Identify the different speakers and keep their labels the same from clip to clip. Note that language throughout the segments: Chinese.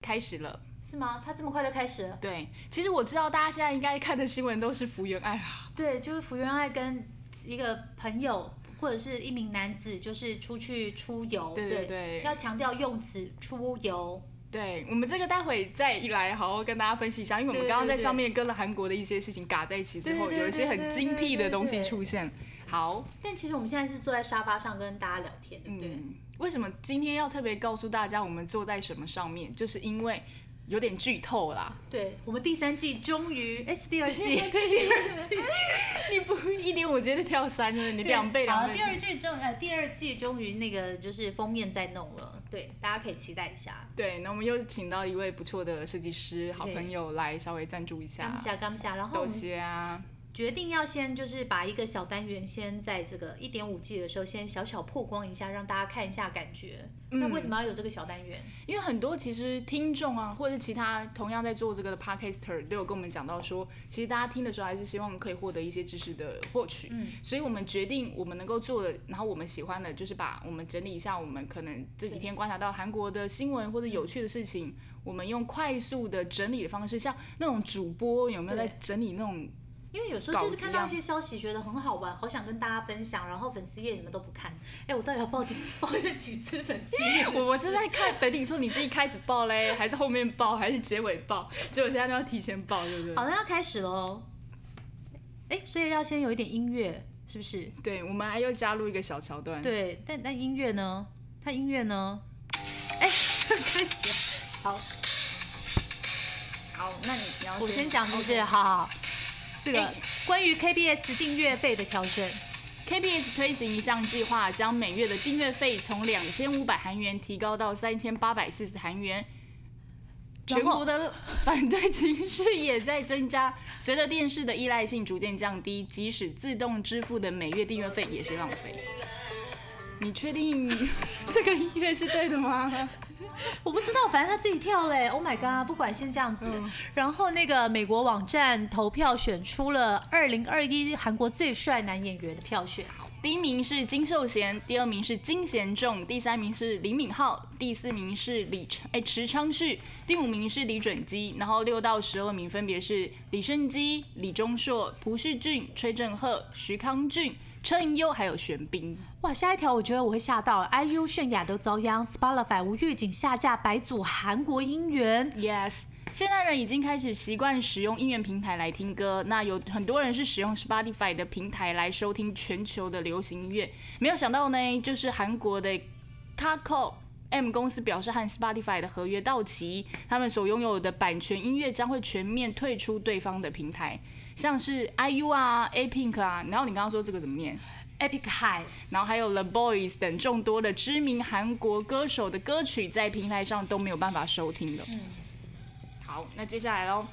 Speaker 1: 开始了。
Speaker 2: 是吗？他这么快就开始了？
Speaker 1: 对，其实我知道大家现在应该看的新闻都是福原爱啦。
Speaker 2: 对，就是福原爱跟一个朋友或者是一名男子，就是出去出游，
Speaker 1: 对对对
Speaker 2: 要强调用词出游，
Speaker 1: 对我们这个待会再一来好好跟大家分析一下，因为我们
Speaker 2: 对
Speaker 1: 刚刚在
Speaker 2: 对对
Speaker 1: 上面跟了韩国的一些事情嘎在一起之后，
Speaker 2: 对对对
Speaker 1: 有一些很精辟的东西
Speaker 2: 对对对对
Speaker 1: 出现。好，
Speaker 2: 但其实我们现在是坐在沙发上跟大家聊天，对不对？
Speaker 1: 嗯，为什么今天要特别告诉大家我们坐在什么上面？就是因为有点剧透啦。
Speaker 2: 对，我们第三季终于，哎，是第二季， 第二季，
Speaker 1: 你不一点五直接就跳三了，你两倍
Speaker 2: 好
Speaker 1: 两
Speaker 2: 了，
Speaker 1: 倍
Speaker 2: 第。二季终呃第二季终于那个就是封面在弄了，对，大家可以期待一下。
Speaker 1: 对，那我们又请到一位不错的设计师好
Speaker 2: 对
Speaker 1: 朋友来稍微赞助一
Speaker 2: 感
Speaker 1: 下，
Speaker 2: 谢感啊谢，然后我
Speaker 1: 豆
Speaker 2: 们
Speaker 1: 鞋啊，
Speaker 2: 决定要先就是把一个小单元先在这个一点五 G 的时候先小小曝光一下，让大家看一下感觉。那为什
Speaker 1: 嗯
Speaker 2: 么要有这个小单元？
Speaker 1: 因为很多其实听众啊，或者是其他同样在做这个的 podcaster 都有跟我们讲到说，其实大家听的时候还是希望可以获得一些知识的获取。嗯，所以我们决定我们能够做的，然后我们喜欢的，就是把我们整理一下我们可能这几天观察到韩国的新闻或者有趣的事情，我们用快速的整理的方式，像那种主播有没有在
Speaker 2: 对
Speaker 1: 整理那种
Speaker 2: 因为有时候就是
Speaker 1: 稿子
Speaker 2: 看
Speaker 1: 一
Speaker 2: 到
Speaker 1: 样
Speaker 2: 一些消息，觉得很好玩，好想跟大家分享，然后粉丝页你们都不看，哎，我到底要报警 抱怨几次粉丝页的事？
Speaker 1: 我我是在看等你说你是一开始报嘞，还是后面报，还是结尾报？结果现在都要提前报，对不对？
Speaker 2: 好，那要开始喽。哎，所以要先有一点音乐，是不是？
Speaker 1: 对，我们还要加入一个小桥段。
Speaker 2: 对，但但音乐呢？它音乐呢？哎， 开始，好，
Speaker 1: 好，那你你要
Speaker 2: 我先讲，是不是？好好好，这个
Speaker 1: 哎
Speaker 2: 关于 KBS 订阅费的调整，
Speaker 1: KBS 推行一项计划，将每月的订阅费从两千五百韩元提高到三千八百四十韩元。全
Speaker 2: 然后
Speaker 1: 国的反对情绪也在增加，随着电视的依赖性逐渐降低，即使自动支付的每月订阅费也是浪费。你确定这个音乐是对的吗？
Speaker 2: 我不知道，反正他自己跳嘞。Oh my god！不管先这样子，然后那个美国网站投票选出了二零二一韩国最帅男演员的票选，
Speaker 1: 第一名是金秀贤，第二名是金贤重，第三名是李敏镐，第四名是李成哎池昌旭，第五名是李准基，然后六到十二名分别是李胜基、李钟硕、朴叙俊、崔振赫、徐康俊、车银优还有玄彬。
Speaker 2: 哇！下一条我觉得我会吓到，IU 泫雅都遭殃，Spotify 无预警下架百组韩国音源。
Speaker 1: Yes，现代人已经开始习惯使用音乐平台来听歌。那有很多人是使用 Spotify 的平台来收听全球的流行音乐。没有想到呢，就是韩国的 Kakao M 公司表示和 Spotify 的合约到期，他们所拥有的版权音乐将会全面退出对方的平台，像是 IU 啊、A Pink 啊。然后你刚刚说这个怎么念？
Speaker 2: Epic High，
Speaker 1: 然后还有 The Boys 等众多的知名韩国歌手的歌曲，在平台上都没有办法收听了。好，那接下来喽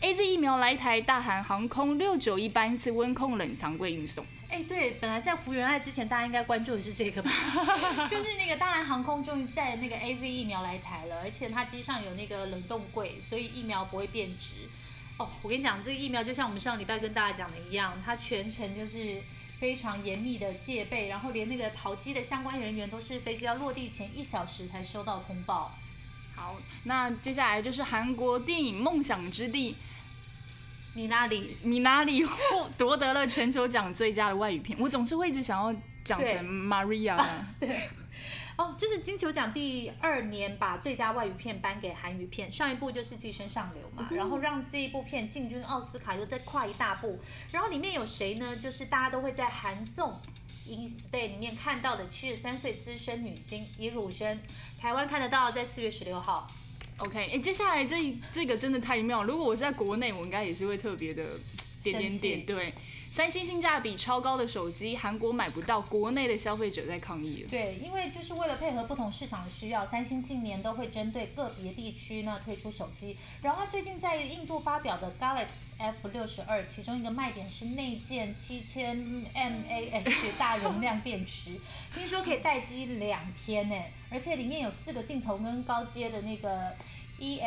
Speaker 1: ，A Z 疫苗来台，大韩航空六九一班次温控冷藏柜运送。
Speaker 2: 哎、对，本来在福原爱之前，大家应该关注的是这个吧？就是那个大韩航空终于在那个 A Z 疫苗来台了，而且它机上有那个冷冻柜，所以疫苗不会变质。哦，我跟你讲，这个疫苗就像我们上礼拜跟大家讲的一样，它全程就是非常严密的戒备，然后连那个淘机的相关人员都是飞机要落地前一小时才收到通报。
Speaker 1: 好，那接下来就是韩国电影《梦想之地》
Speaker 2: 米拉里，
Speaker 1: 米拉里获 夺得了全球奖最佳的外语片。我总是会一直想要讲
Speaker 2: 对
Speaker 1: 成 Maria 啊的。
Speaker 2: 哦，这是金球奖第二年把最佳外语片颁给韩语片，上一部就是《寄生上流》嘛，然后让这一部片进军奥斯卡，又再跨一大步。然后里面有谁呢？就是大家都会在韩综。In Stay 里面看到的七十三岁资深女星尹汝贞，台湾看得到，在四月十六号。
Speaker 1: OK，哎、接下来这一这个真的太妙了。如果我是在国内，我应该也是会特别的点点
Speaker 2: 生气
Speaker 1: 点。对，三星性价比超高的手机，韩国买不到，国内的消费者在抗议了。
Speaker 2: 对，因为就是为了配合不同市场的需要，三星近年都会针对个别地区呢推出手机。然后它最近在印度发表的 Galaxy F 六十二，其中一个卖点是内建七千 mAh 大容量电池，听说可以待机两天呢，而且里面有四个镜头跟高阶的那个。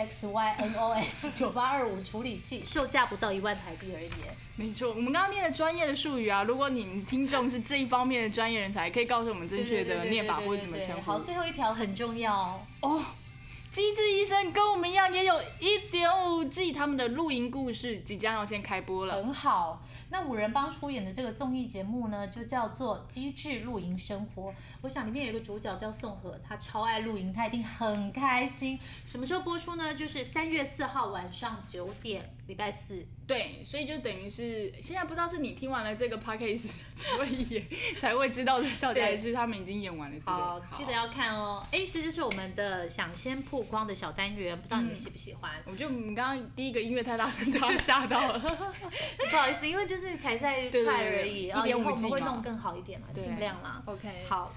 Speaker 2: EXYNOS 九八二五处理器，售价不到一万台币而已。
Speaker 1: 没错，我们刚刚念的专业的术语啊，如果你们听众是这一方面的专业人才，可以告诉我们正确的念法或者怎么
Speaker 2: 对对对对对
Speaker 1: 称
Speaker 2: 好，
Speaker 1: 呼。
Speaker 2: 最后一条很重要哦。
Speaker 1: 机智医生跟我们一样一点五季他们的露营故事即将要先开播了。
Speaker 2: 很好。那五人帮出演的这个综艺节目呢，就叫做《机智露营生活》。我想里面有一个主角叫宋和，他超爱露营，他一定很开心。什么时候播出呢？就是三月四号晚上九点，礼拜四。
Speaker 1: 对，所以就等于是现在不知道是你听完了这个 podcast 才会演，才会知道的笑点，
Speaker 2: 对
Speaker 1: 还是他们已经演完了这
Speaker 2: 好
Speaker 1: 个？，
Speaker 2: 记得要看哦。哎，这就是我们的想先曝光的小单元，不知道你们喜不喜欢？
Speaker 1: 我觉得我们刚刚第一个音乐太大声，大家吓到 了。
Speaker 2: 不好意思，因为就是才在
Speaker 1: 对对对
Speaker 2: 踹而
Speaker 1: 对
Speaker 2: 已，哦然后以后我
Speaker 1: 1.5 G
Speaker 2: 们会
Speaker 1: 嘛
Speaker 2: 弄更好一点嘛，
Speaker 1: 对
Speaker 2: 尽量啦。
Speaker 1: OK，
Speaker 2: 好，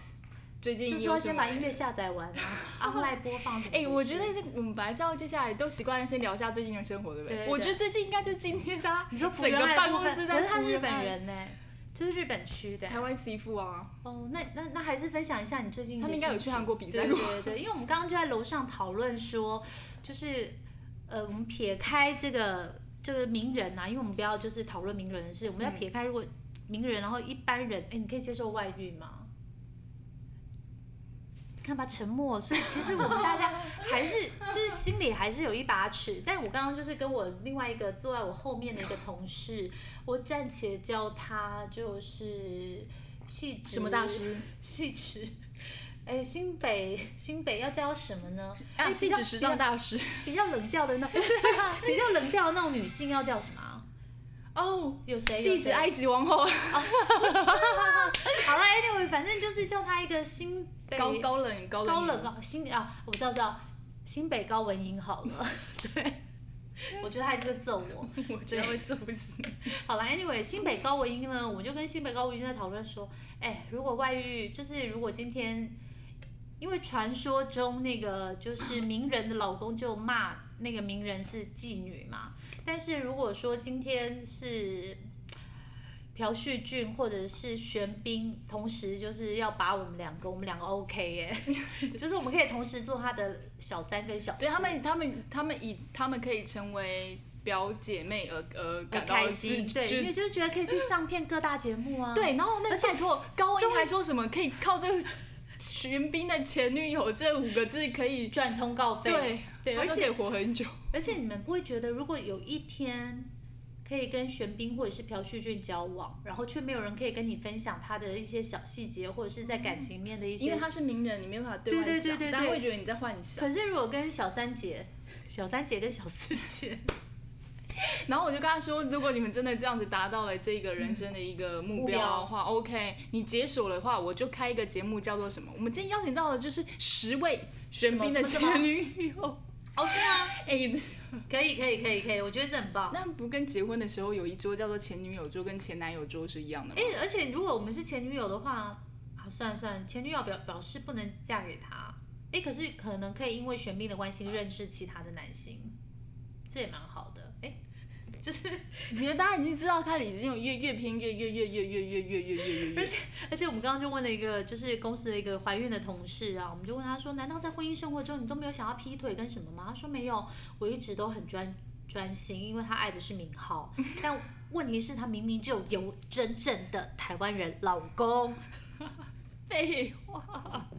Speaker 1: 最近
Speaker 2: 就
Speaker 1: 有
Speaker 2: 说
Speaker 1: 什
Speaker 2: 先
Speaker 1: 么
Speaker 2: 把音乐下载完啊 ，online 播放。
Speaker 1: 哎、我觉
Speaker 2: 得。
Speaker 1: 得那我们本来是要接下来都习惯先聊一下最近的生活，对不对？
Speaker 2: 对对对
Speaker 1: 我觉得最近应该就是今天大家
Speaker 2: 你说福
Speaker 1: 整
Speaker 2: 原
Speaker 1: 个
Speaker 2: 爱
Speaker 1: 办
Speaker 2: 的
Speaker 1: 公
Speaker 2: 部分
Speaker 1: 室
Speaker 2: 可
Speaker 1: 在
Speaker 2: 是他
Speaker 1: 福
Speaker 2: 是日
Speaker 1: 原
Speaker 2: 本
Speaker 1: 爱，
Speaker 2: 人呢、就是日本区的。
Speaker 1: 台湾媳妇啊，
Speaker 2: 哦，那那那还是分享一下你最近的
Speaker 1: 他们应该有
Speaker 2: 心情
Speaker 1: 去韩国比赛
Speaker 2: 对
Speaker 1: 过
Speaker 2: 对对，因为我们刚刚就在楼上讨论说，就是呃，我们撇开这个这个名人啊，因为我们不要就是讨论名人的事，我们要
Speaker 1: 嗯
Speaker 2: 撇开如果名人，然后一般人，哎，你可以接受外遇吗？看吧，沉默。所以其实我们 大家还是就是心里还是有一把尺。但我刚刚就是跟我另外一个坐在我后面的一个同事，我暂且叫他就是戏职
Speaker 1: 什么大师？
Speaker 2: 戏职。哎，新北新北要叫什么呢？
Speaker 1: 哎，
Speaker 2: 哎
Speaker 1: 是指时尚大师
Speaker 2: 比较冷调的那 比较冷调的那种女性要叫什么啊？
Speaker 1: 哦，
Speaker 2: 有谁？有
Speaker 1: 戏指
Speaker 2: 谁
Speaker 1: 埃及王后，
Speaker 2: 哦，是 不是啊好了，anyway，反正就是叫她一个新北
Speaker 1: 高高冷高
Speaker 2: 高冷
Speaker 1: 冷，
Speaker 2: 高新啊，我知道我知道，新北高文英好了。 对，我觉得她一定会揍我。
Speaker 1: 我觉得会揍死你。
Speaker 2: 好了，anyway，新北高文英呢，我就跟新北高文英在讨论说，哎、如果外遇，就是如果今天，因为传说中那个就是名人的老公就骂那个名人是妓女嘛，但是如果说今天是朴叙俊或者是玄彬，同时就是要把我们两个，我们两个 OK 耶、 就是我们可以同时做他的小三跟小四，
Speaker 1: 对他们，他们，他们以他们可以成为表姐妹而而
Speaker 2: 很
Speaker 1: 感到
Speaker 2: 开心，
Speaker 1: 自
Speaker 2: 对，
Speaker 1: 自
Speaker 2: 因为就是觉得可以去上片各大节目啊，。
Speaker 1: 对，然后那拜托高音还说什么可以靠这个玄彬的前女友这五个字可以
Speaker 2: 赚通告费，
Speaker 1: 对
Speaker 2: 对，
Speaker 1: 他
Speaker 2: 而
Speaker 1: 就可以
Speaker 2: 且
Speaker 1: 活很久。
Speaker 2: 而且你们不会觉得，如果有一天可以跟玄彬或者是朴叙俊交往，然后却没有人可以跟你分享他的一些小细节，或者是在感情面的一
Speaker 1: 因
Speaker 2: 些
Speaker 1: 为，他是名人，你没办法对
Speaker 2: 对
Speaker 1: 外
Speaker 2: 对对
Speaker 1: 讲
Speaker 2: 对
Speaker 1: 大家
Speaker 2: 对
Speaker 1: 会觉得你在幻想。
Speaker 2: 嗯可是如果跟小三姐、小三姐跟小四 姐，
Speaker 1: 然后我就跟他说，如果你们真的这样子达到了这个人生的一个目标的话、o k 你解锁的话，我就开一个节目叫做什么？我们今天邀请到的就是十位玄彬的
Speaker 2: 什么什么
Speaker 1: 前女友。
Speaker 2: 哦，对啊，
Speaker 1: 哎、
Speaker 2: 可以，可以，可以，可以，我觉得这很棒。
Speaker 1: 那不跟结婚的时候有一桌叫做前女友桌跟前男友桌是一样的吗
Speaker 2: 哎？，而且如果我们是前女友的话，啊，算了算了，前女友表表示不能嫁给他。哎，可是可能可以因为玄彬的关系认识其他的男性，这也蛮好的。哎，就是
Speaker 1: 你觉得大家已经知道，开始已经有越越偏越越越越越越越越越越越，
Speaker 2: 而且我们刚刚就问了一个，就是公司的一个怀孕的同事啊，我们就问他说：“难道在婚姻生活中你都没有想要劈腿跟什么吗？”他说：“没有，我一直都很专专心，因为他爱的是明 浩。但问题是，他明明就有真正的台湾人老公。
Speaker 1: 废话。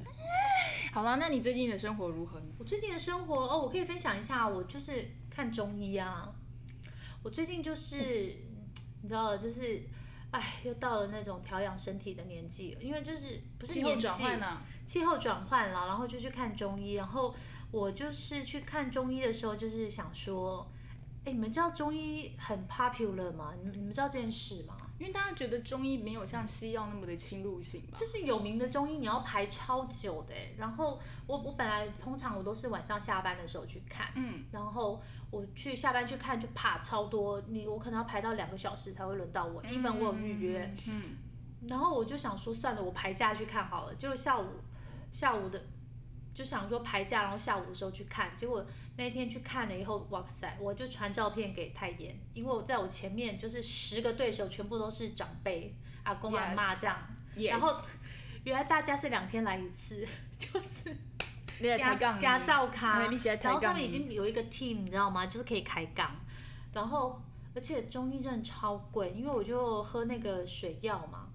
Speaker 1: 好了，那你最近的生活如何呢？
Speaker 2: 我最近的生活哦，我可以分享一下，我就是看中医啊。我最近就是你知道，就是哎，又到了那种调养身体的年纪了，因为就是不是
Speaker 1: 气候
Speaker 2: 年纪
Speaker 1: 转换啊，
Speaker 2: 气候转换了，然后就去看中医。然后我就是去看中医的时候，就是想说，哎，你们知道中医很 popular 吗？你们你们知道这件事吗？
Speaker 1: 因为大家觉得中医没有像西药那么的侵入性吧？
Speaker 2: 就是有名的中医，你要排超久的诶。然后我我本来通常我都是晚上下班的时候去看，
Speaker 1: 嗯，
Speaker 2: 然后我去下班去看就怕超多，你我可能要排到两个小时才会轮到我，一份我有预约，
Speaker 1: 嗯，
Speaker 2: 然后我就想说，算了，我排假去看好了。结果下午下午的就想说排假，然后下午的时候去看。结果那一天去看了以后，哇塞，我就传照片给泰妍，因为我在我前面就是十个对手全部都是长辈、阿公
Speaker 1: Yes
Speaker 2: 阿妈这样。
Speaker 1: Yes
Speaker 2: 然后原来大家是两天来一次， 就是
Speaker 1: 你也抬杠
Speaker 2: 给他
Speaker 1: 呢
Speaker 2: 照咖，
Speaker 1: 哎你是在抬
Speaker 2: 然后他
Speaker 1: 杠
Speaker 2: 们
Speaker 1: 呢
Speaker 2: 已经有一个 team，你知道吗？就是可以开杠，然后而且中医真的超贵，因为我就喝那个水药嘛，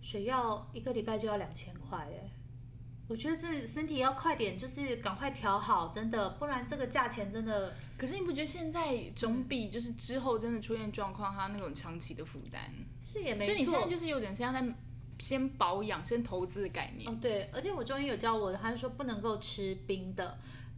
Speaker 2: 水药一个礼拜就要两千块哎，我我觉得这身体要快点，就是赶快调好，真的，不然这个价钱真的
Speaker 1: 可是你不觉得现在总比就是之后真的出现状况，它那种长期的负担？
Speaker 2: 是也没
Speaker 1: 就
Speaker 2: 错。
Speaker 1: 你现在就是有点像在先保养、先投资的概念。
Speaker 2: 哦，对，而且我中医有教我，他就说不能够吃冰的，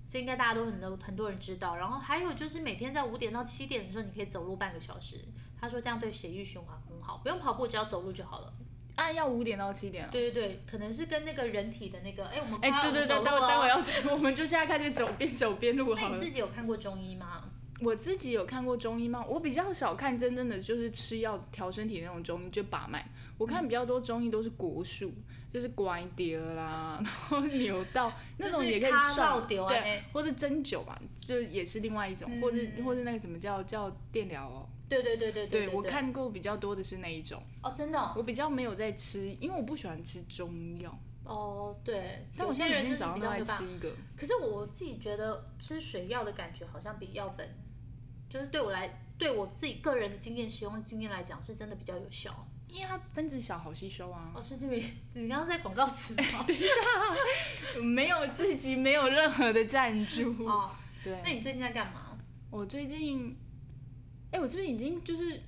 Speaker 2: 这应该大家都很多很多人知道。然后还有就是每天在五点到七点的时候，你可以走路半个小时，他说这样对血液循环很好，不用跑步，只要走路就好了。
Speaker 1: 啊，要五点到七点了。
Speaker 2: 对对对，可能是跟那个人体的那个，哎，我们
Speaker 1: 哎、
Speaker 2: 快要
Speaker 1: 对对对，
Speaker 2: 走路
Speaker 1: 待会
Speaker 2: 了
Speaker 1: 待会要去，我们就现在开始走边走边录
Speaker 2: 那
Speaker 1: 好
Speaker 2: 你
Speaker 1: 了。
Speaker 2: 自己有看过中医吗？
Speaker 1: 我自己有看过中医吗？我比较少看真正的就是吃药调身体那种中医，就把脉。我看比较多中医都是国术，就是拐碟啦，然后扭到 那种也可以
Speaker 2: 就是卡到
Speaker 1: 算，
Speaker 2: 丢啊
Speaker 1: 对
Speaker 2: 哎，
Speaker 1: 或者针灸嘛，就也是另外一种，
Speaker 2: 嗯
Speaker 1: 或者或者那个什么叫叫电疗哦。
Speaker 2: 对对对对对
Speaker 1: 我看过比较多的是那一种，
Speaker 2: 哦，真的哦
Speaker 1: 我比较没有在吃，因为我不喜欢吃中药，
Speaker 2: 哦，对，
Speaker 1: 但我
Speaker 2: 有
Speaker 1: 现
Speaker 2: 些
Speaker 1: 在
Speaker 2: 人
Speaker 1: 每天
Speaker 2: 就是
Speaker 1: 早上
Speaker 2: 比较
Speaker 1: 都
Speaker 2: 没
Speaker 1: 在
Speaker 2: 有办法
Speaker 1: 吃一个。
Speaker 2: 可是我自己觉得吃水药的感觉好像比药粉，就是对我来对我自己个人的经验使用经验来讲，是真的比较有效。
Speaker 1: 因为它分子小，好吸收啊。
Speaker 2: 哦，是这边，你刚刚在广告词吗？
Speaker 1: 没有自己没有任何的赞助。
Speaker 2: 哦，
Speaker 1: 对，
Speaker 2: 那你最近在干嘛？
Speaker 1: 我最近，哎、我是不是已经就是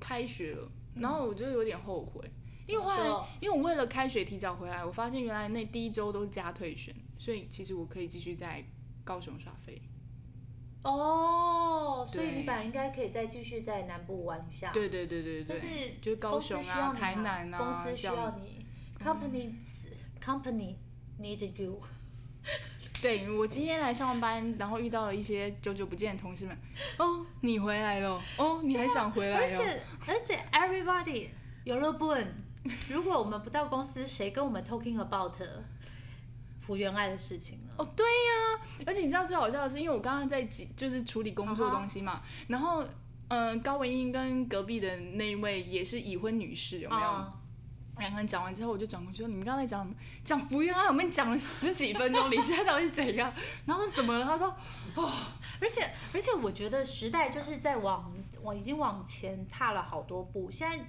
Speaker 1: 开学了？然后我就有点后悔，因为后
Speaker 2: 怎么
Speaker 1: 来
Speaker 2: 说
Speaker 1: 因为我为了开学提早回来，我发现原来那第一周都是加退选，所以其实我可以继续在高雄耍飞。
Speaker 2: 哦，所以
Speaker 1: 对
Speaker 2: 你本来应该可以再继续在南部玩一下，
Speaker 1: 对对对对
Speaker 2: 但
Speaker 1: 对
Speaker 2: 是
Speaker 1: 对，就是高
Speaker 2: 公司
Speaker 1: 雄
Speaker 2: 需要
Speaker 1: 啊、
Speaker 2: 你
Speaker 1: 台南啊，
Speaker 2: 公司需
Speaker 1: 这样
Speaker 2: 要你，company company need you。
Speaker 1: 对我今天来上班，然后遇到了一些久久不见的同事们。哦，你回来了？哦，你还想回来
Speaker 2: 啊而
Speaker 1: 哦？
Speaker 2: 且而且，everybody 有乐不稳。 如果我们不到公司，谁跟我们 talking about 福原爱的事情呢？
Speaker 1: 哦，对呀、而且你知道最好笑的是，因为我刚刚在急就是处理工作的东西
Speaker 2: 啊
Speaker 1: 嘛然后嗯、呃高文英跟隔壁的那一位也是已婚女士，有没有？
Speaker 2: 啊
Speaker 1: 两个人讲完之后，我就转过去说：“你们刚才讲什么讲福原爱，我们讲了十几分钟，你现在到底怎样？”然后说怎么了？他说
Speaker 2: 而且而且，我觉得时代就是在往往已经往前踏了好多步。现在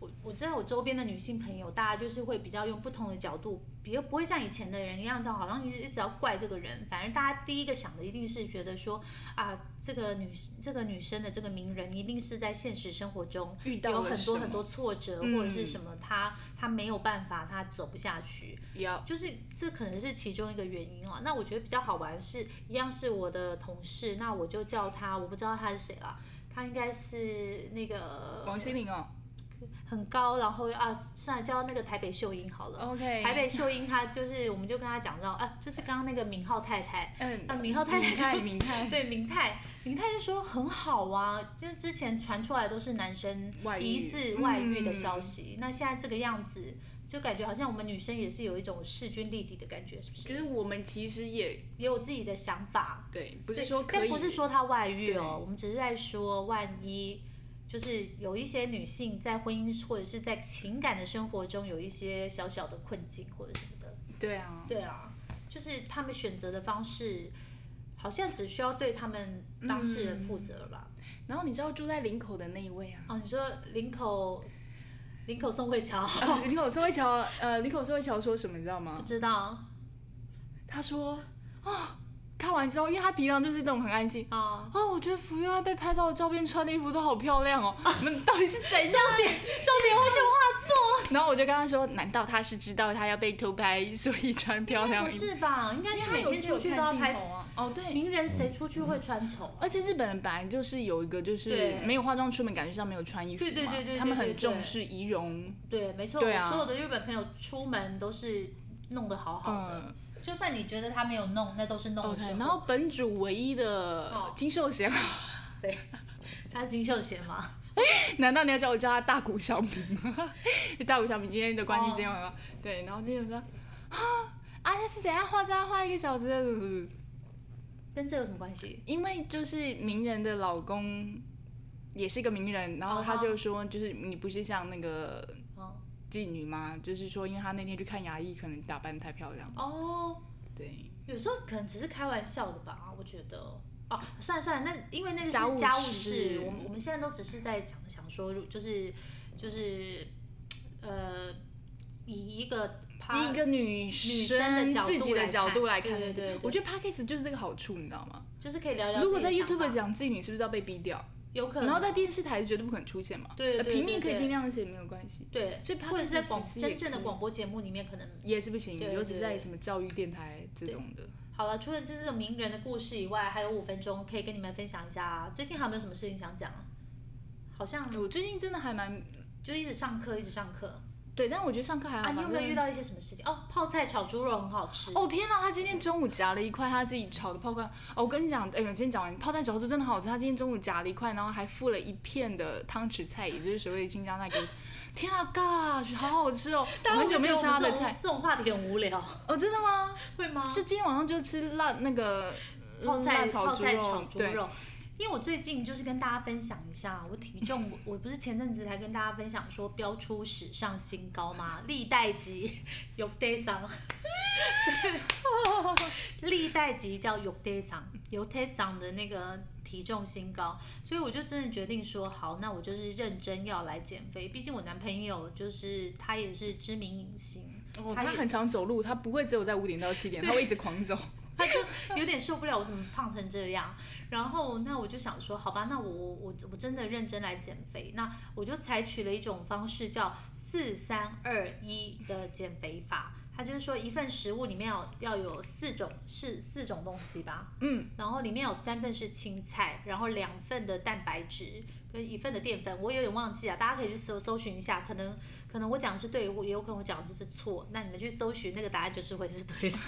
Speaker 2: 我我知道我周边的女性朋友，大家就是会比较用不同的角度，比较不会像以前的人一样，到好像一直一直要怪这个人。反正大家第一个想的一定是觉得说啊，这个女这个女生的这个名人一定是在现实生活中
Speaker 1: 遇到
Speaker 2: 有
Speaker 1: 了
Speaker 2: 很
Speaker 1: 什
Speaker 2: 多
Speaker 1: 么
Speaker 2: 很多挫折
Speaker 1: 嗯
Speaker 2: 或者是什么，他他没有办法，他走不下去，
Speaker 1: 要
Speaker 2: 就是这可能是其中一个原因啊。那我觉得比较好玩的是，一样是我的同事，那我就叫他，我不知道他是谁了，他应该是那个
Speaker 1: 王心凌哦
Speaker 2: 很高，然后啊，算了，叫那个台北秀英好了。
Speaker 1: ，OK，
Speaker 2: 台北秀英，她就是，我们就跟她讲到，啊，就是刚刚那个明浩太太，
Speaker 1: 嗯，
Speaker 2: 啊，明浩太太
Speaker 1: 敏
Speaker 2: 就
Speaker 1: 泰敏泰
Speaker 2: 对明泰，明泰就说很好啊，就是之前传出来都是男生
Speaker 1: 外遇
Speaker 2: 疑似外遇的消息，
Speaker 1: 嗯
Speaker 2: 那现在这个样子，就感觉好像我们女生也是有一种势均力敌的感觉，是不是？
Speaker 1: 就是我们其实也
Speaker 2: 也有自己的想法，
Speaker 1: 对，不是
Speaker 2: 对
Speaker 1: 说可
Speaker 2: 但
Speaker 1: 以，
Speaker 2: 不是说他外遇哦
Speaker 1: 对，
Speaker 2: 我们只是在说万一。就是有一些女性在婚姻或者是在情感的生活中有一些小小的困境或者什么的，
Speaker 1: 对啊，
Speaker 2: 对啊，就是他们选择的方式，好像只需要对他们当事人负责了
Speaker 1: 嗯
Speaker 2: 吧？
Speaker 1: 然后你知道住在林口的那一位啊，
Speaker 2: 哦，你说林口，林口宋慧乔，
Speaker 1: 呃林口宋慧乔，呃，林口宋慧乔说什么你知道
Speaker 2: 不
Speaker 1: 吗？
Speaker 2: 知道
Speaker 1: 他说啊、看完之后，因为他平常就是那种很安静。
Speaker 2: 啊。
Speaker 1: 啊、我觉得福原爱被拍到的照片穿的衣服都好漂亮哦，你们到底是怎样？
Speaker 2: 重哎点我就
Speaker 1: 然后我就跟他说，难道他是知道他要被偷拍，所以穿漂亮
Speaker 2: 不
Speaker 1: 衣服？
Speaker 2: 是吧？应该是每天出去都要拍。
Speaker 1: 啊。哦，对，
Speaker 2: 名人谁出去会穿丑啊？
Speaker 1: 而且日本人本来就是有一个就是
Speaker 2: 对
Speaker 1: 没有化妆出门，感觉上没有穿衣服嘛，
Speaker 2: 对对对对对
Speaker 1: 他们
Speaker 2: 对
Speaker 1: 很
Speaker 2: 对
Speaker 1: 重视仪容，
Speaker 2: 对，没错，
Speaker 1: 对啊
Speaker 2: 我所有的日本朋友出门都是弄得好好的，
Speaker 1: 嗯，
Speaker 2: 就算你觉得他没有弄，那都是弄
Speaker 1: 哦
Speaker 2: 的时
Speaker 1: 对，
Speaker 2: 候。
Speaker 1: 然后本主唯一的
Speaker 2: 哦
Speaker 1: 金秀贤，
Speaker 2: 谁？他是金秀贤吗？
Speaker 1: 难道你要叫我叫他大谷小明吗？ 大谷小明今天的关
Speaker 2: 哦
Speaker 1: 系这样吗？对，然后今天就说啊 啊，那是怎样化妆化一个小时的？
Speaker 2: 跟这有什么关系？
Speaker 1: 因为就是名人的老公也是一个名人，然后
Speaker 2: 哦
Speaker 1: 他就说，就是你不是像那个
Speaker 2: 哦
Speaker 1: 妓女吗？就是说，因为他那天去看牙医，可能打扮得太漂亮，
Speaker 2: 哦，
Speaker 1: 对，
Speaker 2: 有时候可能只是开玩笑的吧，我觉得。哦，算了算了，那因为那个
Speaker 1: 家
Speaker 2: 是
Speaker 1: 务
Speaker 2: 家务
Speaker 1: 事
Speaker 2: 事，我们我们现在都只是在想想说，就是就是呃，以一个趴
Speaker 1: 一个女
Speaker 2: 生的角度
Speaker 1: 自己的
Speaker 2: 来
Speaker 1: 角度
Speaker 2: 看
Speaker 1: 来看
Speaker 2: 对
Speaker 1: 的，
Speaker 2: 对对对
Speaker 1: 我觉得 podcast 就是这个好处，你知道吗？
Speaker 2: 就是可以聊聊。
Speaker 1: 如果在 YouTube，讲自己，你是不是要被逼掉？
Speaker 2: 有可能，
Speaker 1: 然后在电视台是绝对不可能出现嘛。
Speaker 2: 对对
Speaker 1: 呃
Speaker 2: 对
Speaker 1: 平面可以
Speaker 2: 对
Speaker 1: 尽量写没有关系，
Speaker 2: 对，
Speaker 1: 所以 podcast
Speaker 2: 或者是在广
Speaker 1: 其实也
Speaker 2: 真正的
Speaker 1: 可以
Speaker 2: 广播节目里面，可能
Speaker 1: 也是不行，
Speaker 2: 对对
Speaker 1: 尤其是在
Speaker 2: 对
Speaker 1: 什么教育电台这种的。
Speaker 2: 好了。除了这种名人的故事以外，还有五分钟可以跟你们分享一下、啊。最近还有没有什么事情想讲啊？好像
Speaker 1: 哎我最近真的还蛮
Speaker 2: 就一直上课，一直上课
Speaker 1: 对，但我觉得上课还好。
Speaker 2: 啊。你有没
Speaker 1: 反正
Speaker 2: 有遇到一些什么事情？哦，泡菜炒猪肉很好吃。
Speaker 1: 哦天哪，他今天中午夹了一块他自己炒的泡菜。哦，我跟你讲，哎、我今天讲完泡菜炒猪真的好吃。他今天中午夹了一块，然后还附了一片的汤匙菜，也就是所谓的青江菜给我。天啊，gosh，好好吃哦！
Speaker 2: 大
Speaker 1: 我
Speaker 2: 家会
Speaker 1: 很久没有
Speaker 2: 觉
Speaker 1: 吃
Speaker 2: 得我
Speaker 1: 他
Speaker 2: 们
Speaker 1: 的
Speaker 2: 这种
Speaker 1: 菜。
Speaker 2: 这种话题很无聊，
Speaker 1: 哦，真的吗？
Speaker 2: 会 吗？
Speaker 1: 是今天晚上就吃辣那个
Speaker 2: 泡
Speaker 1: 辣
Speaker 2: 菜泡
Speaker 1: 炒猪
Speaker 2: 菜
Speaker 1: 肉，哦
Speaker 2: 炒猪
Speaker 1: 对，
Speaker 2: 肉。因为我最近就是跟大家分享一下，我体重，我我不是前阵子才跟大家分享说标出史上新高吗？历代级有 day 上，历代级叫有 day 上，有 day 上的那个体重新高，所以我就真的决定说，好，那我就是认真要来减肥。毕竟我男朋友就是他也是知名影星，
Speaker 1: 哦
Speaker 2: 他
Speaker 1: 他
Speaker 2: 也
Speaker 1: 很常走路，他不会只有在五点到七点，他会一直狂走。
Speaker 2: 他就有点受不了我怎么胖成这样。然后那我就想说，好吧，那我我我我真的认真来减肥。那我就采取了一种方式叫四三二一的减肥法。它就是说，一份食物里面要要有四种是四种东西吧，
Speaker 1: 嗯，
Speaker 2: 然后里面有三份是青菜，然后两份的蛋白质跟一份的淀粉，我有点忘记啊，大家可以去搜搜寻一下，可能可能我讲的是对，我也有可能我讲的就是错，那你们去搜寻那个答案就是会是对的。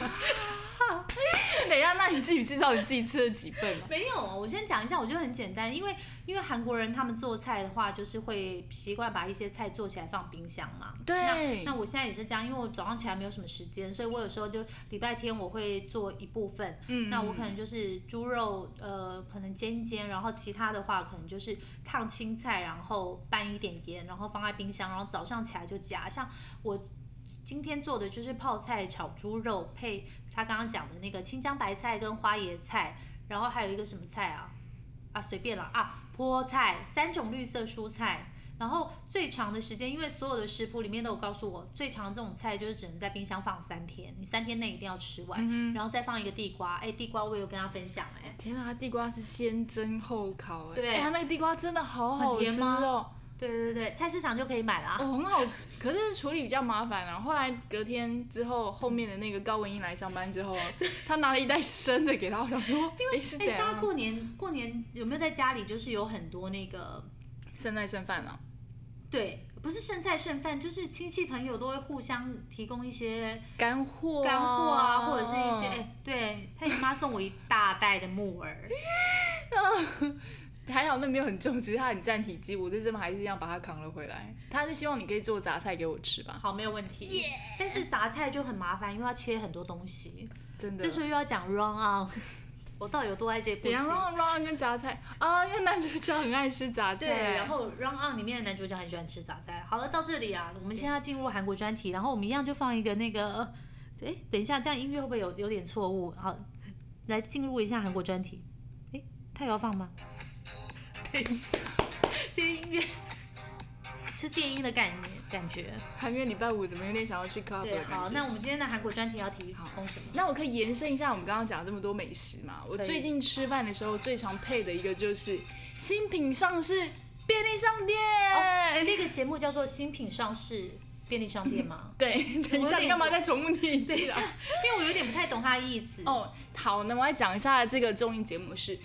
Speaker 1: 等一下，那你自己知道你自己吃了几份啊吗？
Speaker 2: 没有，我先讲一下，我觉得很简单，因为因为韩国人他们做菜的话，就是会习惯把一些菜做起来放冰箱嘛。
Speaker 1: 对
Speaker 2: 那。那我现在也是这样，因为我早上起来没有什么时间，所以我有时候就礼拜天我会做一部分。
Speaker 1: 嗯
Speaker 2: 那我可能就是猪肉，呃，可能煎一煎，然后其他的话可能就是烫青菜，然后拌一点盐，然后放在冰箱，然后早上起来就夹。像我今天做的就是泡菜炒猪肉，配他刚刚讲的那个青江白菜跟花椰菜，然后还有一个什么菜啊？啊，随便了啊，菠菜，三种绿色蔬菜。然后最长的时间，因为所有的食谱里面都有告诉我，最长这种菜就是只能在冰箱放三天，你三天内一定要吃完，
Speaker 1: 嗯
Speaker 2: 然后再放一个地瓜。哎，地瓜我有跟他分享哎、
Speaker 1: 天啊，它地瓜是先蒸后烤、哎，
Speaker 2: 对
Speaker 1: 哎它那个地瓜真的好好
Speaker 2: 很甜
Speaker 1: 吃
Speaker 2: 吗
Speaker 1: 哦，
Speaker 2: 对对对，菜市场就可以买啦。
Speaker 1: 哦，很好吃，可是处理比较麻烦啊。后来隔天之后，后面的那个高文英来上班 之后啊，他拿了一袋生的给他，我想说，哎、是这
Speaker 2: 哎，大
Speaker 1: 样
Speaker 2: 家
Speaker 1: 啊，
Speaker 2: 过年过年有没有在家里就是有很多那个
Speaker 1: 剩菜剩饭啊。
Speaker 2: 对，不是剩菜剩饭，就是亲戚朋友都会互相提供一些
Speaker 1: 干货、
Speaker 2: 干货啊，或者是一些哎、对他姨妈送我一大袋的木耳，
Speaker 1: 还好那没有很重，只是它很占体积，我在这边还是一样把它扛了回来。他是希望你可以做杂菜给我吃吧，
Speaker 2: 好没有问题。 但是杂菜就很麻烦，因为要切很多东西，
Speaker 1: 真的。
Speaker 2: 这时候又要讲 run on，我 到底有多爱这部
Speaker 1: 然
Speaker 2: 戏？
Speaker 1: 后 r o n 跟杂菜啊，因为男主角很爱吃杂菜，
Speaker 2: 对，然后《Run On》里面的男主角很喜欢吃杂菜。好了，到这里啊，我们现在要进入韩国专题，然后我们一样就放一个那个，哎、等一下，这样音乐会不会有有点错误？好，来进入一下韩国专题。哎、他有要放吗？等一下，这个音乐是电音的感感觉。
Speaker 1: 韩月礼拜五怎么有点想要去 club
Speaker 2: 对，
Speaker 1: 的
Speaker 2: 好，
Speaker 1: 感
Speaker 2: 那
Speaker 1: 觉？
Speaker 2: 我们今天的韩国专题要提供什么？
Speaker 1: 那我可以延伸一下我们刚刚讲这么多美食嘛？我
Speaker 2: 可以
Speaker 1: 最近吃饭的时候最常配的一个就是新品上市便利商店。哦
Speaker 2: 哦这个节目叫做《新品上市便利商店》吗？
Speaker 1: 对，等一
Speaker 2: 我有
Speaker 1: 下，
Speaker 2: 点
Speaker 1: 你干嘛再重复你一
Speaker 2: 等一
Speaker 1: 次
Speaker 2: 下
Speaker 1: 啊？，
Speaker 2: 因为我有点不太懂他的意思。
Speaker 1: 哦，好，那我来讲一下这个综艺节目是。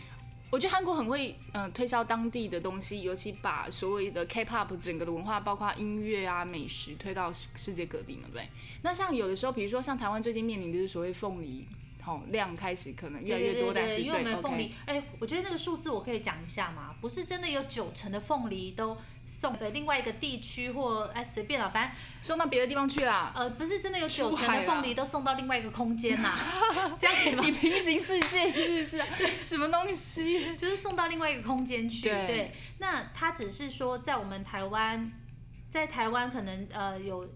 Speaker 1: 我觉得韩国很会，嗯、推销当地的东西，尤其把所谓的 K-pop 整个的文化，包括音乐啊、美食，推到世世界各地嘛，对不对。那像有的时候，比如说像台湾最近面临的就是所谓凤梨，好、量开始可能越来越多，
Speaker 2: 对对
Speaker 1: 但是
Speaker 2: 对，因为我们凤
Speaker 1: OK
Speaker 2: 梨，哎、我觉得那个数字我可以讲一下嘛，不是真的有九成的凤梨都送给另外一个地区或哎随便啦，反正
Speaker 1: 送到别的地方去啦。
Speaker 2: 呃不是真的有
Speaker 1: 出
Speaker 2: 九成
Speaker 1: 海啦
Speaker 2: 的凤梨都送到另外一个空 间啦，这样可以吗
Speaker 1: 你？平行世界是不是啊？什么东西？
Speaker 2: 就是送到另外一个空间去。
Speaker 1: 对
Speaker 2: 那他只是说在我们台湾，在台湾可能呃有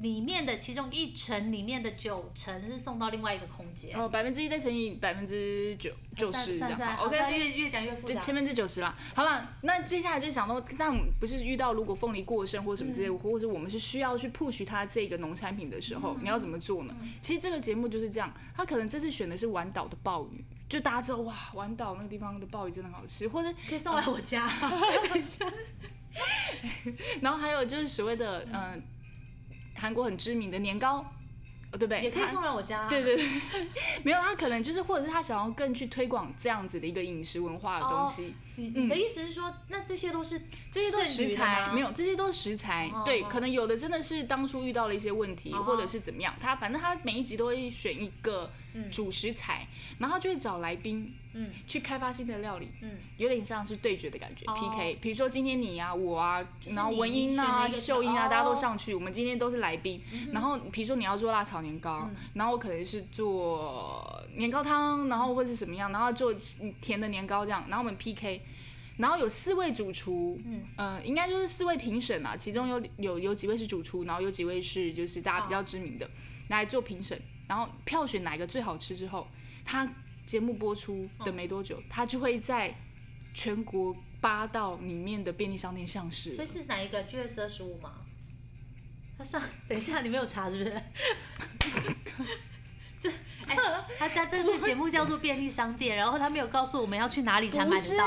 Speaker 2: 里面的其中一成里面的九成是送到另外一个空间。
Speaker 1: 哦，百分之一再乘以百分之九九
Speaker 2: 算
Speaker 1: 十，这
Speaker 2: 算
Speaker 1: 样
Speaker 2: 算
Speaker 1: 好 OK
Speaker 2: 好像
Speaker 1: OK。
Speaker 2: 越越讲越复
Speaker 1: 就
Speaker 2: 杂。
Speaker 1: 千分之九十啦。好啦，那接下来就想到，但我们不是遇到如果凤梨过剩或什么之类，
Speaker 2: 嗯
Speaker 1: 或者我们是需要去 push 它这个农产品的时
Speaker 2: 嗯
Speaker 1: 候，你要怎么做呢？其实这个节目就是这样，他可能这次选的是玩岛的鲍鱼，就大家知道哇，玩岛那个地方的鲍鱼真的很好吃，或者
Speaker 2: 可以送来我家，
Speaker 1: 然后还有就是所谓的嗯、呃韩国很知名的年糕，哦对不对？
Speaker 2: 也可以
Speaker 1: 它
Speaker 2: 送来我家、啊。
Speaker 1: 对对对， 没有他可能就是，或者是他想要更去推广这样子的一个饮食文化的东西。
Speaker 2: 你你的意思是说，那这些都是
Speaker 1: 这些都是食
Speaker 2: 剩余的
Speaker 1: 材
Speaker 2: 吗，
Speaker 1: 没有，这些都是食材。
Speaker 2: 哦
Speaker 1: 对，
Speaker 2: 哦
Speaker 1: 可能有的真的是当初遇到了一些问题，
Speaker 2: 哦
Speaker 1: 或者是怎么样，他反正他每一集都会选一个主食材，然后就会找来宾，
Speaker 2: 嗯，
Speaker 1: 去开发新的料理，
Speaker 2: 嗯，
Speaker 1: 有点像是对决的感觉、
Speaker 2: 哦
Speaker 1: PK。比如说今天你呀、我啊，
Speaker 2: 是
Speaker 1: 然后
Speaker 2: 你
Speaker 1: 文
Speaker 2: 你
Speaker 1: 英
Speaker 2: 选
Speaker 1: 啊、
Speaker 2: 了一个
Speaker 1: 秀英啊，
Speaker 2: 哦嗯
Speaker 1: 大家都上去，我们今天都是来宾。然后比如说你要做辣炒年糕，然后我可能是做年糕汤，然后或是什么样，然后做甜的年糕这样，然后我们 PK。然后有四位主厨，嗯，呃，应该就是四位评审啊，其中有有有几位是主厨，然后有几位是就是大家比较知名的，来做评审，然后票选哪一个最好吃之后，他节目播出的没多久，他就会在全国八道里面的便利商店上市
Speaker 2: 所以。是哪一个 G S 二十五吗？他上，等一下，你没有查是不是？ 就 哎、他他这个节目叫做便利商店，然后他没有告诉我们要去哪里才
Speaker 1: 不
Speaker 2: 买
Speaker 1: 是
Speaker 2: 得到。，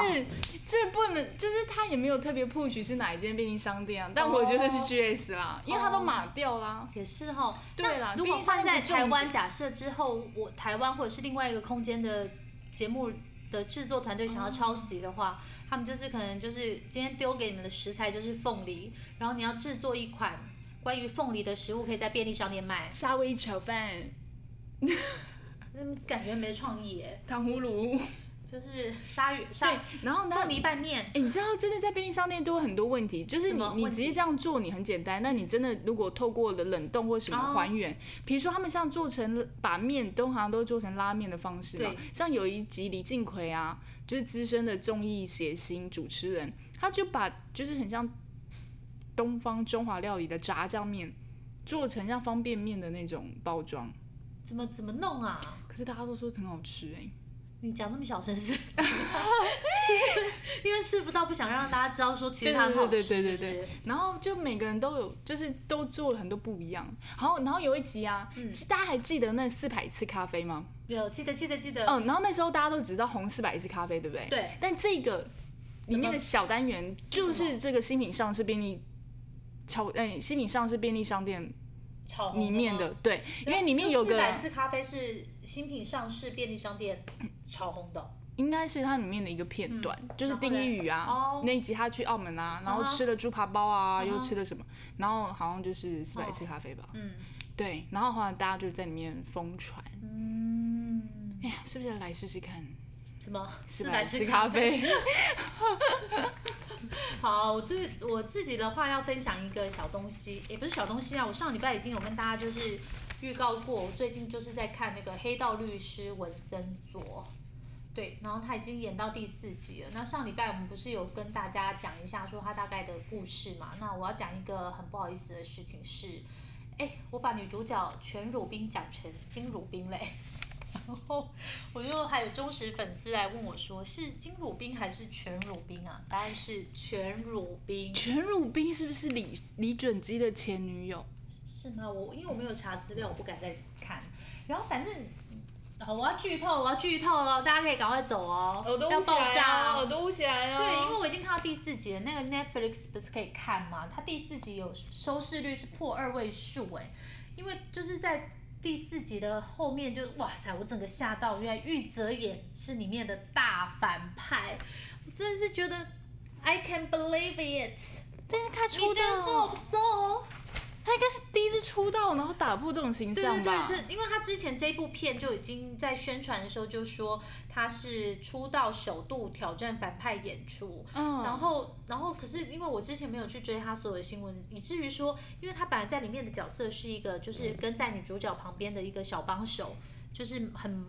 Speaker 1: 这不能，就是他也没有特别 push 是哪一间便利商店啊，但我觉得是 GS 啦，因为他都码掉啦。
Speaker 2: 也是哈，
Speaker 1: 哦对啦
Speaker 2: 那如果
Speaker 1: 冰箱
Speaker 2: 放在
Speaker 1: 不重
Speaker 2: 台湾，假设之后，我台湾或者是另外一个空间的节目的制作团队想要抄袭的话，他们就是可能就是今天丢给你们的食材就是凤梨，然后你要制作一款关于凤梨的食物，可以在便利商店卖，
Speaker 1: 夏威夷炒饭、
Speaker 2: 嗯，感觉没创意耶，
Speaker 1: 糖葫芦，
Speaker 2: 就是鲨鱼
Speaker 1: 对
Speaker 2: 鲨，
Speaker 1: 然后呢？
Speaker 2: 凤梨拌面，
Speaker 1: 哎、你知道，真的在便利商店都有很多问题，就是
Speaker 2: 什
Speaker 1: 你
Speaker 2: 么
Speaker 1: 你
Speaker 2: 问
Speaker 1: 直
Speaker 2: 题
Speaker 1: 接这样做，你很简单。但你真的如果透过了冷冻或什么
Speaker 2: 哦
Speaker 1: 还原，比、如说他们像做成把面都好像都做成拉面的方式嘛
Speaker 2: 对，
Speaker 1: 像有一集李靖奎啊，就是资深的综艺谐星主持人，他就把就是很像东方中华料理的炸酱面做成像方便面的那种包装，
Speaker 2: 怎么怎么弄啊？
Speaker 1: 可是大家都说很好吃哎、
Speaker 2: 你讲这么小声是？ 就是因为吃不到，不想让大家知道说其实它很好吃。
Speaker 1: 对对对对对
Speaker 2: 是不
Speaker 1: 对
Speaker 2: 是。
Speaker 1: 然后就每个人都有，就是都做了很多不一样。然后，然后有一集啊，
Speaker 2: 嗯
Speaker 1: 大家还记得那四百次咖啡吗？
Speaker 2: 有记得记得记得，
Speaker 1: 嗯，然后那时候大家都只知道红四百次咖啡，对不对？
Speaker 2: 对。
Speaker 1: 但这个里面的小单元就
Speaker 2: 什
Speaker 1: 是这个新品上市便利超，嗯，新品上市便利商店
Speaker 2: 炒哦红
Speaker 1: 里面
Speaker 2: 的
Speaker 1: 的
Speaker 2: 吗，，
Speaker 1: 对，因为里面有
Speaker 2: 四
Speaker 1: 个
Speaker 2: 百次咖啡是新品上市便利商店炒红的，
Speaker 1: 应该是它里面的一个片段，就是
Speaker 2: 嗯然后
Speaker 1: 丁一
Speaker 2: 嘞
Speaker 1: 宇啊，
Speaker 2: 哦
Speaker 1: 那一集他去澳门啊，然后
Speaker 2: 嗯哼
Speaker 1: 吃了猪扒包啊，
Speaker 2: 嗯哼
Speaker 1: 又吃了什么，然后好像就是四百次咖啡吧，
Speaker 2: 嗯
Speaker 1: 对，然后后来大家就在里面疯传，
Speaker 2: 嗯，
Speaker 1: 哎呀，是不是来试试看
Speaker 2: 什么
Speaker 1: 四
Speaker 2: 四
Speaker 1: 百
Speaker 2: 百
Speaker 1: 次
Speaker 2: 次
Speaker 1: 咖
Speaker 2: 咖啡？
Speaker 1: 啡？
Speaker 2: 好，我最我自己的话要分享一个小东西，也不是小东西啊，我上礼拜已经有跟大家就是预告过，我最近就是在看那个《黑道律师》文森佐。对，然后他已经演到第四集了。那上礼拜我们不是有跟大家讲一下说他大概的故事嘛？那我要讲一个很不好意思的事情是，哎，我把女主角全汝彬讲成金汝彬嘞。 然后我就还有忠实粉丝来问我说，是金汝彬还是全汝彬啊？答案是全汝 彬，
Speaker 1: 全汝彬是不是李李准基的前女友？
Speaker 2: 是吗？我因为我没有查资料，我不敢再看。然后反正，好，我要剧透，我要剧透了，大家可以赶快走哦，要爆炸哦。
Speaker 1: 都捂起来
Speaker 2: 对，因为我已经看到第四集了，那个 Netflix 不是可以看吗？它第四集有收视率是破二位数哎，因为就是在第四集的后面就哇塞，我整个吓到，原来玉泽演是里面的大反派，我真的是觉得 I can believe it，
Speaker 1: 但是他
Speaker 2: you
Speaker 1: 出
Speaker 2: do
Speaker 1: 道
Speaker 2: so，so。
Speaker 1: 他应该是第一次出道，然后打破这种形
Speaker 2: 对对
Speaker 1: 象吧？
Speaker 2: 对，这因为他之前这部片就已经在宣传的时候就说他是出道首度挑战反派演出，
Speaker 1: 嗯，
Speaker 2: 然后，然后可是因为我之前没有去追他所有的新闻，以至于说，因为他本来在里面的角色是一个
Speaker 1: 嗯
Speaker 2: 就是跟在女主角旁边的一个小帮手，就是很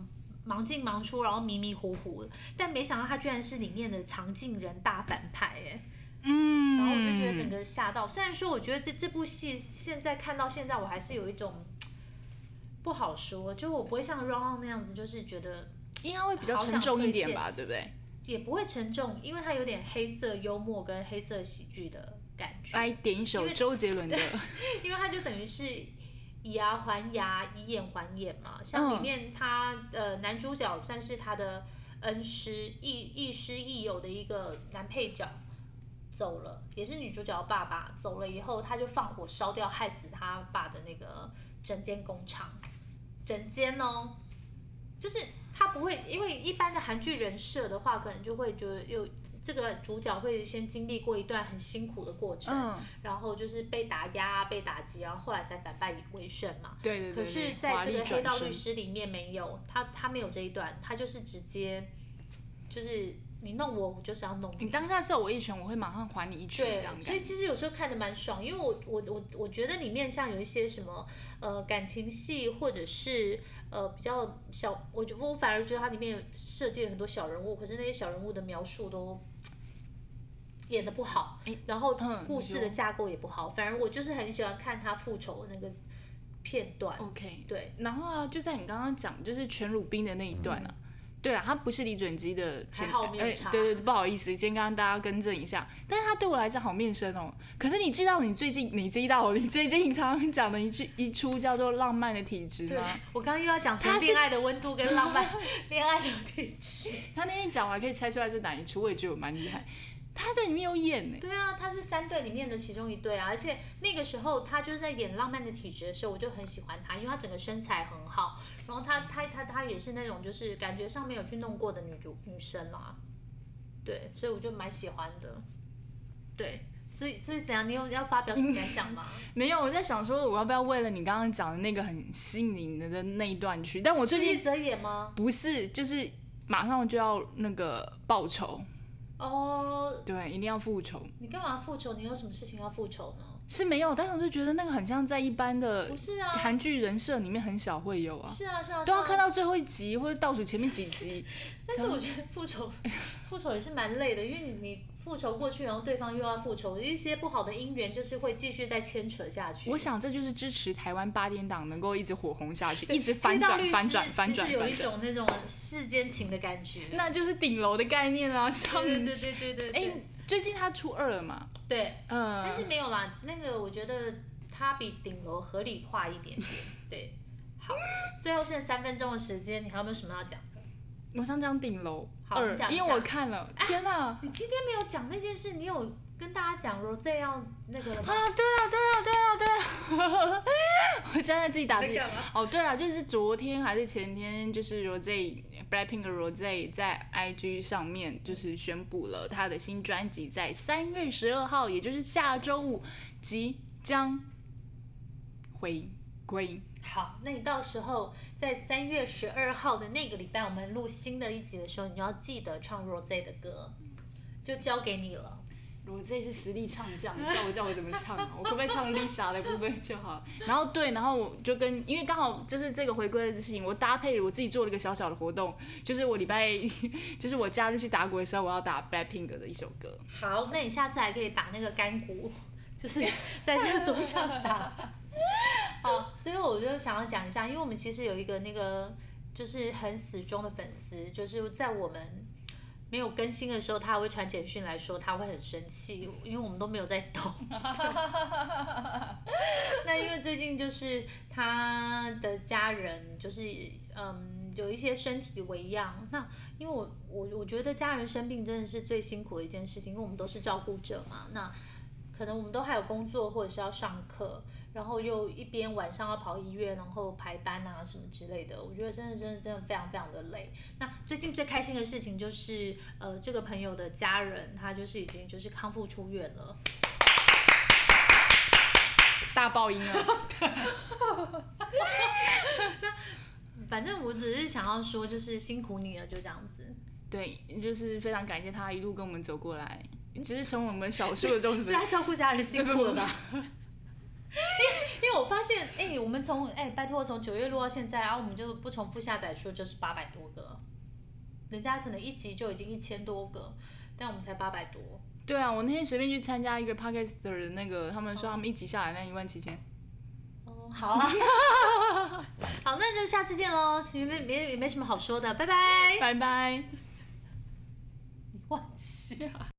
Speaker 2: 忙进忙出，然后迷迷糊糊的，但没想到他居然是里面的藏镜人大反派哎。
Speaker 1: 嗯，
Speaker 2: 然后我就觉得整个吓到。虽然说，我觉得这这部戏现在看到现在，我还是有一种不好说，就我不会像《Run On》那样子，就是觉得
Speaker 1: 因为它会比较
Speaker 2: 好
Speaker 1: 沉
Speaker 2: 想
Speaker 1: 重一
Speaker 2: 推
Speaker 1: 点
Speaker 2: 荐
Speaker 1: 吧，对不对？
Speaker 2: 也不会沉重，因为它有点黑色幽默跟黑色喜剧的感觉。
Speaker 1: 来点一首
Speaker 2: 因为
Speaker 1: 周杰伦的，
Speaker 2: 因为它就等于是以牙还牙，以眼还眼嘛。像里面他、呃男主角算是他的恩师亦亦师亦友的一个男配角走了，也是女主角的爸爸走了以后，他就放火烧掉害死他爸的那个整间工厂，整间哦，就是他不会，因为一般的韩剧人设的话，可能就会觉得有。这个主角会先经历过一段很辛苦的过程，
Speaker 1: 嗯，
Speaker 2: 然后就是被打压、啊被打击，然后后来才反败为胜嘛。
Speaker 1: 对对对
Speaker 2: 可
Speaker 1: 对。
Speaker 2: 是，
Speaker 1: 华
Speaker 2: 在这
Speaker 1: 丽
Speaker 2: 个黑
Speaker 1: 转
Speaker 2: 道
Speaker 1: 身
Speaker 2: 律师里面没有他，他没有这一段，他就是直接就是你弄我，我就是要弄
Speaker 1: 你当下揍我一拳，我会马上还你一拳，这
Speaker 2: 对
Speaker 1: 样，
Speaker 2: 所
Speaker 1: 感
Speaker 2: 以
Speaker 1: 觉。
Speaker 2: 其实有时候看的蛮爽，因为我我我我觉得里面像有一些什么呃感情戏，或者是呃比较小，我觉我反而觉得它里面设计了很多小人物，可是那些小人物的描述都演的不好，然后
Speaker 1: 嗯
Speaker 2: 故事
Speaker 1: 有
Speaker 2: 的架构也不好，反而我就是很喜欢看他复仇的那个片段，
Speaker 1: OK，
Speaker 2: 对，
Speaker 1: 然后啊，就在你刚刚讲，就是全鲁冰的那一段啊，对啊，他不是李准基的前，
Speaker 2: 还好我没有
Speaker 1: 哎
Speaker 2: 查
Speaker 1: 对对对，不好意思，先刚刚大家更正一下，但是他对我来讲好面生哦。可是你知道你最近，你知道你最近常常讲的一句一出叫做《浪漫的体质》
Speaker 2: 对
Speaker 1: 吗？，
Speaker 2: 我刚刚又要讲成
Speaker 1: 他是
Speaker 2: 恋爱的温度跟浪漫 恋爱的体质，
Speaker 1: 他那天讲，我还可以猜出来是哪一出，我也觉得我蛮厉害。他在里面有演呢、
Speaker 2: 对啊，他是三对里面的其中一对啊，而且那个时候他就是在演《浪漫的体质》的时候，我就很喜欢他，因为他整个身材很好，然后他他他他也是那种就是感觉上没有去弄过的女主女生啦，对，所以我就蛮喜欢的，对，所以所以怎样？你有要发表什么感想 吗？
Speaker 1: 没有，我在想说，我要不要为了你刚刚讲的那个很吸引人的那一段去？但我最近
Speaker 2: 玉泽演吗？
Speaker 1: 不是，就是马上就要那个报仇，
Speaker 2: 哦，
Speaker 1: 对，一定要复仇
Speaker 2: 你干嘛复仇？你有什么事情要复仇呢？
Speaker 1: 是没有，但是我就觉得那个很像在一般的
Speaker 2: 不是啊，
Speaker 1: 韩剧人设里面很少会有啊，
Speaker 2: 是啊是啊，
Speaker 1: 都要
Speaker 2: 是啊
Speaker 1: 看到最后一集或者倒数前面几集，
Speaker 2: 但是我觉得复仇， 复仇也是蛮累的，因为你你复仇过去，然后对方又要复仇，有一些不好的姻缘就是会继续再牵扯下 去。
Speaker 1: 我想这就是支持台湾八点档能够一直火红下去，
Speaker 2: 对
Speaker 1: 一直翻
Speaker 2: 黑道
Speaker 1: 转
Speaker 2: 律师
Speaker 1: 翻转翻转
Speaker 2: 其实有
Speaker 1: 翻
Speaker 2: 一
Speaker 1: 转，
Speaker 2: 种那种世间情的感觉。
Speaker 1: 那就是顶楼的概念啊，像
Speaker 2: 对对
Speaker 1: 你
Speaker 2: 对对对对对，
Speaker 1: 哎、最近他出二了嘛，
Speaker 2: 对，
Speaker 1: 嗯、
Speaker 2: 但是没有啦，那个我觉得它比顶楼合理化一点点。对，好，最后剩三分钟的时间，你还有没有什么要讲的？
Speaker 1: 我想讲顶楼
Speaker 2: 好
Speaker 1: 二
Speaker 2: 你讲，一
Speaker 1: 因为
Speaker 2: 下
Speaker 1: 我看了，天 哪、啊
Speaker 2: 你今天没有讲那件事，你有跟大家讲 Rose 要那个了吗？
Speaker 1: 啊，对了，对了，对了，对了， 我现在自己打自己
Speaker 2: 你在干嘛。
Speaker 1: 哦，对了，就是昨天还是前天，就是 Rose Blackpink 的 Rose 在 IG 上面就是宣布了她的新专辑在三月十二号，也就是下周五即将回归。
Speaker 2: 好，那你到时候在三月十二号的那个礼拜，我们录新的一集的时候，你就要记得唱 Rose 的歌，就交给你了。
Speaker 1: Rose 是实力唱将，你叫我叫我怎么唱啊？我可不可以唱 Lisa 的部分就好？然后对，然后我就跟，因为刚好就是这个回归的事情，我搭配我自己做了一个小小的活动，就是我礼拜， 就是我假日去打鼓的时候，我要打 Blackpink 的一首歌。
Speaker 2: 好，那你下次还可以打那个干股，就是在这个桌上打。好，最后我就想要讲一下，因为我们其实有一个那个就是很死忠的粉丝，就是在我们没有更新的时候，他还会传简讯来说他会很生气，因为我们都没有在动。 那因为最近就是他的家人就是嗯有一些身体为恙，那因为我我我觉得家人生病真的是最辛苦的一件事情，因为我们都是照顾者嘛，那可能我们都还有工作或者是要上课，然后又一边晚上要跑医院，然后排班啊什么之类的，我觉得真的真的真的非常非常的累。那最近最开心的事情就是，呃，这个朋友的家人他就是已经就是康复出院了，
Speaker 1: 大爆音啊！
Speaker 2: 反正我只是想要说就是辛苦你了，就这样子。
Speaker 1: 对，就是非常感谢他一路跟我们走过来，只是成为我们少数的众
Speaker 2: 是
Speaker 1: 生
Speaker 2: 他。照顾家人辛苦了吧？因为因为我发现，哎、我们从哎、拜托，从九月录到现在，然、啊后我们就不重复下载数就是八百多个，人家可能一集就已经一千多个，但我们才八百多。
Speaker 1: 对啊，我那天随便去参加一个 podcaster 的那个，他们说他们一集下来那一万七千。
Speaker 2: 哦， 好啊，好，那就下次见喽。其实没没也没什么好说的，拜拜。
Speaker 1: 拜拜。
Speaker 2: 你忘记啊？